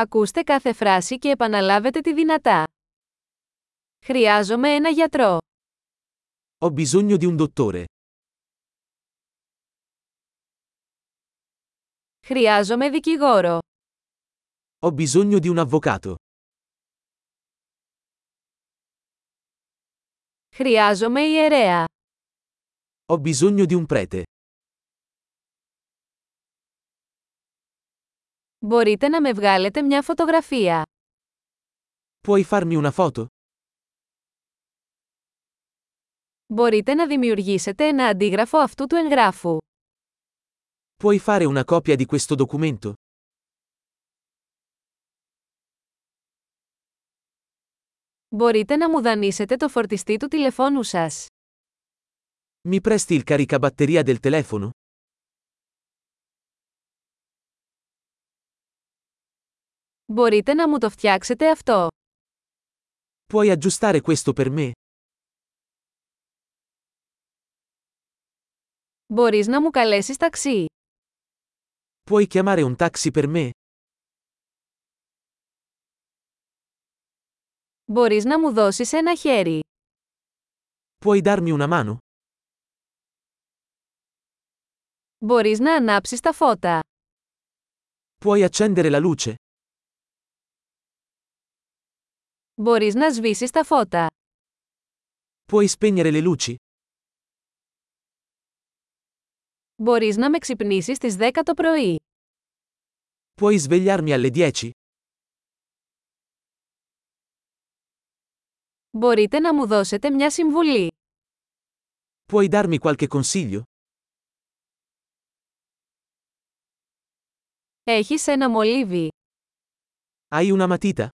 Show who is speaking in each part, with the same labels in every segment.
Speaker 1: Ακούστε κάθε φράση και επαναλάβετε τη δυνατά. Χρειάζομαι ένα γιατρό.
Speaker 2: Ho bisogno di un dottore.
Speaker 1: Χρειάζομαι δικηγόρο.
Speaker 2: Ho bisogno di un avvocato.
Speaker 1: Χρειάζομαι ιερέα.
Speaker 2: Ho bisogno di un prete.
Speaker 1: Μπορείτε να με βγάλετε μια φωτογραφία.
Speaker 2: Puoi farmi una foto?
Speaker 1: Μπορείτε να δημιουργήσετε ένα αντίγραφο αυτού του εγγράφου.
Speaker 2: Puoi fare una copia di questo documento?
Speaker 1: Μπορείτε να μου δανείσετε το φορτιστή του τηλεφώνου σας.
Speaker 2: Mi presti il caricabatteria del telefono?
Speaker 1: Μπορείτε να μου το φτιάξετε αυτό.
Speaker 2: Puoi aggiustare questo per me?
Speaker 1: Μπορείς να μου καλέσεις ταξί.
Speaker 2: Puoi chiamare un taxi per me?
Speaker 1: Μπορείς να μου δώσεις ένα χέρι.
Speaker 2: Puoi darmi una mano?
Speaker 1: Μπορείς να ανάψεις τα φώτα.
Speaker 2: Puoi accendere la luce?
Speaker 1: Μπορείς να σβήσεις τα φώτα.
Speaker 2: Puoi spegnere le luci?
Speaker 1: Μπορείς να με ξυπνήσεις στις 10 το πρωί.
Speaker 2: Puoi svegliarmi alle 10?
Speaker 1: Μπορείτε να μου δώσετε μια συμβουλή.
Speaker 2: Puoi darmi qualche consiglio?
Speaker 1: Έχεις ένα μολύβι.
Speaker 2: Hai una matita?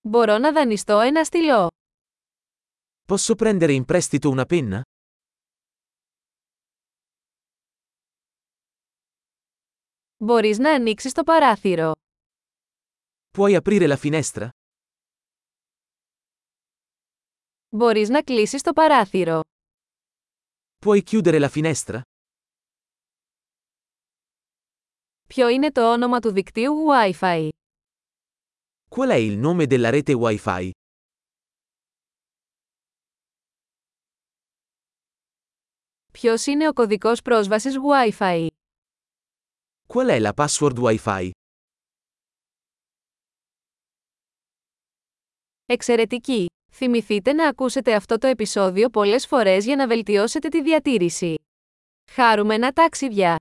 Speaker 1: Μπορώ να δανειστώ ένα στυλό.
Speaker 2: Posso prendere in prestito una penna?
Speaker 1: Μπορείς να ανοίξεις το παράθυρο.
Speaker 2: Puoi aprire la finestra?
Speaker 1: Μπορείς να κλείσεις το παράθυρο.
Speaker 2: Puoi chiudere la finestra?
Speaker 1: Ποιο είναι το όνομα του δικτύου Wi-Fi.
Speaker 2: Qual è il nome della rete Wi-Fi?
Speaker 1: Ποιος είναι ο κωδικός πρόσβασης Wi-Fi.
Speaker 2: Qual è la password Wi-Fi?
Speaker 1: Εξαιρετική! Θυμηθείτε να ακούσετε αυτό το επεισόδιο πολλές φορές για να βελτιώσετε τη διατήρηση. Χάρουμενα ταξίδια!